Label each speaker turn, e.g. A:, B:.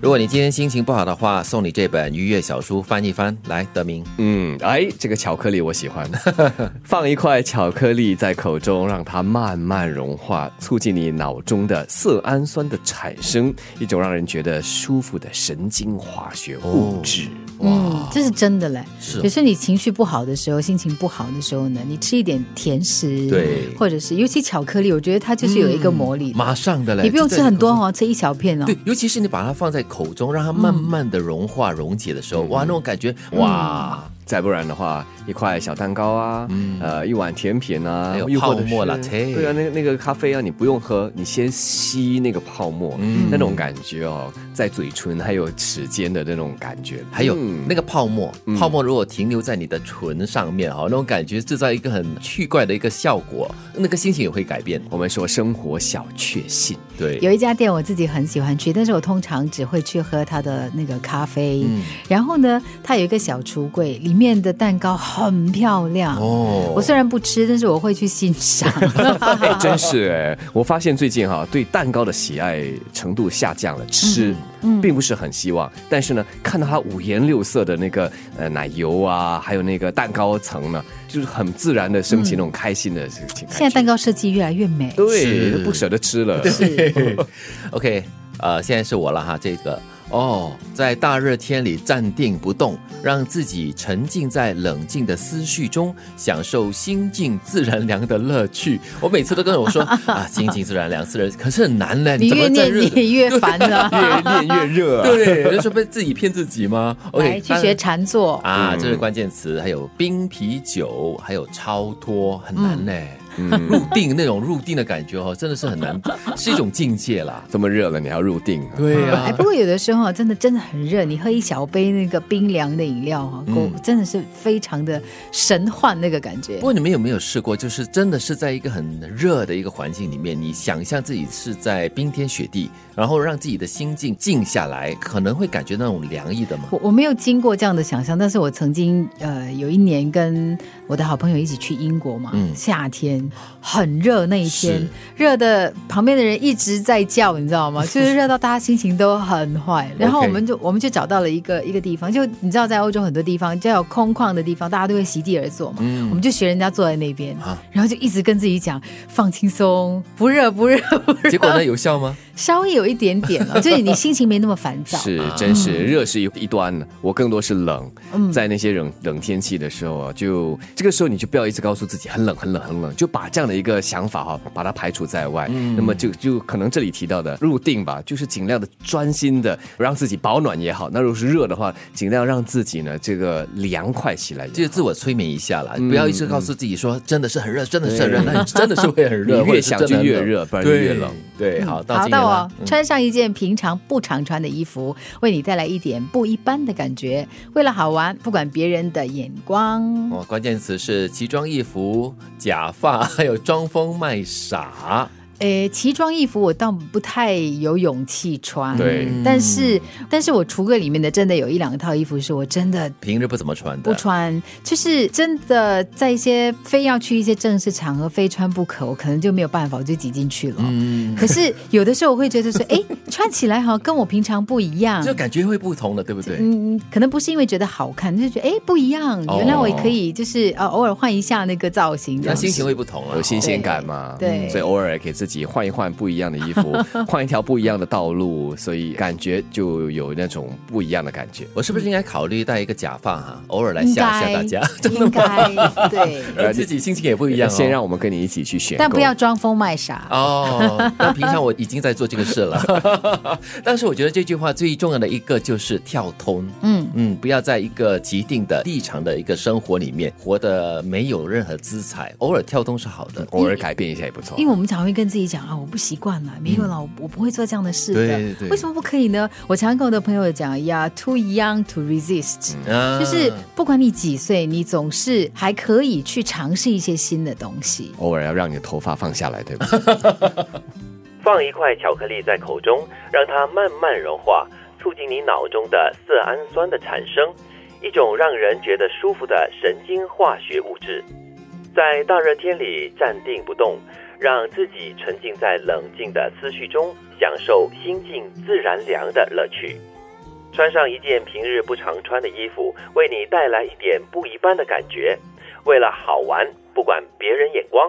A: 如果你今天心情不好的话，送你这本《愉悦小书》翻一翻。来，德明，
B: 嗯，哎，这个巧克力我 喜欢，放一块巧克力在口中，让它慢慢融化，促进你脑中的色氨酸的产生，一种让人觉得舒服的神经化学物质。
A: 哇，
C: 嗯这是真的嘞。
A: 是
C: 有时候你情绪不好的时候，心情不好的时候呢，你吃一点甜食，
A: 对嗯
C: 或者是尤其巧克力，我觉得它就是有一个魔力的，
A: 马上的嘞，
C: 你不用
A: 就
C: 吃
A: 在
C: 很多
A: 口中。
C: 哦，吃一小片哦。
A: 对，尤其是你把它放在口中，让它慢慢的融化、溶解的时
C: 嗯
A: 候，哇，那种感觉，哇，
B: 啊再不然的话，一块小蛋糕啊，呃，一碗甜品啊，
A: 嗯还有
B: 又或者
A: 泡沫
B: 是
A: latte
B: 对啊，那个那个咖啡啊，你不用喝，你先吸那个泡沫，
A: 嗯
B: 那种感觉哦，在嘴唇还有齿间的那种感觉，
A: 还有
B: 嗯
A: 那个泡沫，泡沫如果停留在你的唇上面啊，那种感觉制造一个很奇怪的一个效果，那个心情也会改变。
B: 我们说生活小确幸，
A: 对，
C: 有一家店我自己很喜欢去，但是我通常只会去喝它的那个咖啡。
A: 嗯
C: 然后呢，它有一个小橱柜，里面的蛋糕很漂亮。
A: 哦
C: 我虽然不吃，但是我会去欣 赏。
B: 哎， 真是哎！我发现最近哈、对蛋糕的喜爱程度下降了，吃、
C: 嗯
B: 并不是很希望。但是呢，看到它五颜六色的那个呃奶油啊，还有那个蛋糕层呢，就是很自然的升起那种开心的情情感觉。
C: 现在蛋糕设计越来越美。
B: 对
A: 是
B: 都不舍得吃了，
A: OK，呃，现在是我了哈，这个哦，在大热天里站定不动，让自己沉浸在冷静的思绪中，享受心静自然凉的乐趣。我每次都跟我 说啊，心静自然凉，自然可是很难呢，
C: 你
A: 怎
C: 越
A: 么在
C: 念
A: 日
C: 你越 烦了。
B: 越练越热、啊。
A: 对，就是被自己骗自己吗
C: 来
A: ？OK，
C: 去
A: 当然
C: 学禅坐，
A: 啊，
B: 嗯
A: 这是关键词，还有冰啤酒，还有超脱，很
C: 嗯
A: 难呢、
B: 嗯
A: 入定那种入定的感觉哦，真的是很 难，是一种境界啦。
B: 这么热了，你还要入定、啊？
A: 对呀、
C: 哎，不过有的时候真的真的很热，你喝一小杯那个冰凉的饮料哈，够真的是非常的神幻那个感觉
A: 不。过你们有没有试过，就是真的是在一个很热的一个环境里面，你想象自己是在冰天雪地，然后让自己的心境静下来，可能会感觉那种凉意的吗？
C: 我我没有经过这样的想象，但是我曾经呃有一年跟我的好朋友一起去英国嘛，
A: 嗯
C: 夏天很热那一天
A: 是，
C: 热的旁边的人一直在叫，你 知道吗？就是热到大家心情都很坏。然后我们就我们就找到了一个一个地方，就你知道在欧洲很多地方，只要有空旷的地方，大家都会席地而坐嘛，我们就学人家坐在那边，
A: 嗯啊
C: 然后就一直跟自己讲放轻松，不热不热 不热，
A: 结果呢，有效吗？
C: 稍微有一点点了，就是你心情没那么烦躁。
B: 是，真是热是一一端，我更多是冷，在那些冷冷天气的时候啊，就这个时候你就不要一直告诉自己很冷很冷很冷，就把这样的一个想法哈、把它排除在外。那么就就可能这里提到的入定吧，就是尽量的专心的让自己保暖也好，那如果是热的话，尽量让自己呢这个凉快起来也好。
A: 就是自我催眠一下啦，不要一直告诉自己说真的是很热，真的是很热，那你真的是会很热，
B: 嗯 你越想就
A: 或者是真的很
B: 越热不嗯然就越冷。
A: 对，对好，到
C: 好
A: 今年
C: 到
A: 了嗯
C: 我，穿上一件平常不常穿的衣服，为你带来一点不一般的感觉。为了好玩，不管别人的眼光。
A: 哦，关键词是奇装异服、假发，还有装疯卖傻。
C: 诶，奇装异服我倒不太有勇气穿，
B: 对
C: 但是但是我橱柜里面的真的有一两套衣服是我真的
A: 平日不怎么穿的，
C: 不穿，就是真的在一些非要去一些正式场合非穿不可，我可能就没有办法，我就挤进去了。
A: 嗯
C: 可是有的时候我会觉得说，诶，穿起来好像跟我平常不一样，
A: 就感觉会不同的，对不对？
C: 嗯，可能不是因为觉得好看，就是觉得哎不一样，
A: 哦
C: 原来我也可以就是呃偶尔换一下那个造型，这
A: 那
C: 样子
A: 心情会不同了。哦
B: 有新鲜感嘛，嗯
C: 对对
B: 所以偶尔给自己换一换不一样的衣 服，换一条不一样的道路，所以感觉就有那种不一样的感觉。
A: 我是不是应该考虑戴一个假发哈、偶尔来
C: 应
A: 吓
C: 该
A: 吓大家，
C: 嗯应该 对，
A: 让自己心情也不一样、哦。
B: 先让我们跟你一起去选购，
C: 但不要装疯卖傻。
A: 哦，那平常我已经在做这个事了， 但是我觉得这句话最重要的一个就是跳通，
C: 嗯
A: 嗯，不要在一个既定的立场的一个生活里面活得没有任何姿彩，偶尔跳通是好的。
C: 嗯
B: 偶尔改变一下也不错
C: 因。为我们常会跟自己讲啊，我不习惯了，没有了，我我不会做这样的事的。
A: 嗯对对对
C: 为什么不可以呢？我常跟我的朋友讲呀，too young to resist，、
A: 啊
C: 就是不管你几岁，你总是还可以去尝试一些新的东西。
B: 偶尔要让你的头发放下来，对吧？
D: 放一块巧克力在口中，让它慢慢融化，促进你脑中的色氨酸的产生，一种让人觉得舒服的神经化学物质。在大热天里站定不动，让自己沉浸在冷静的思绪中，享受心静自然凉的乐趣。穿上一件平日不常穿的衣服，为你带来一点不一般的感觉。为了好玩，不管别人眼光，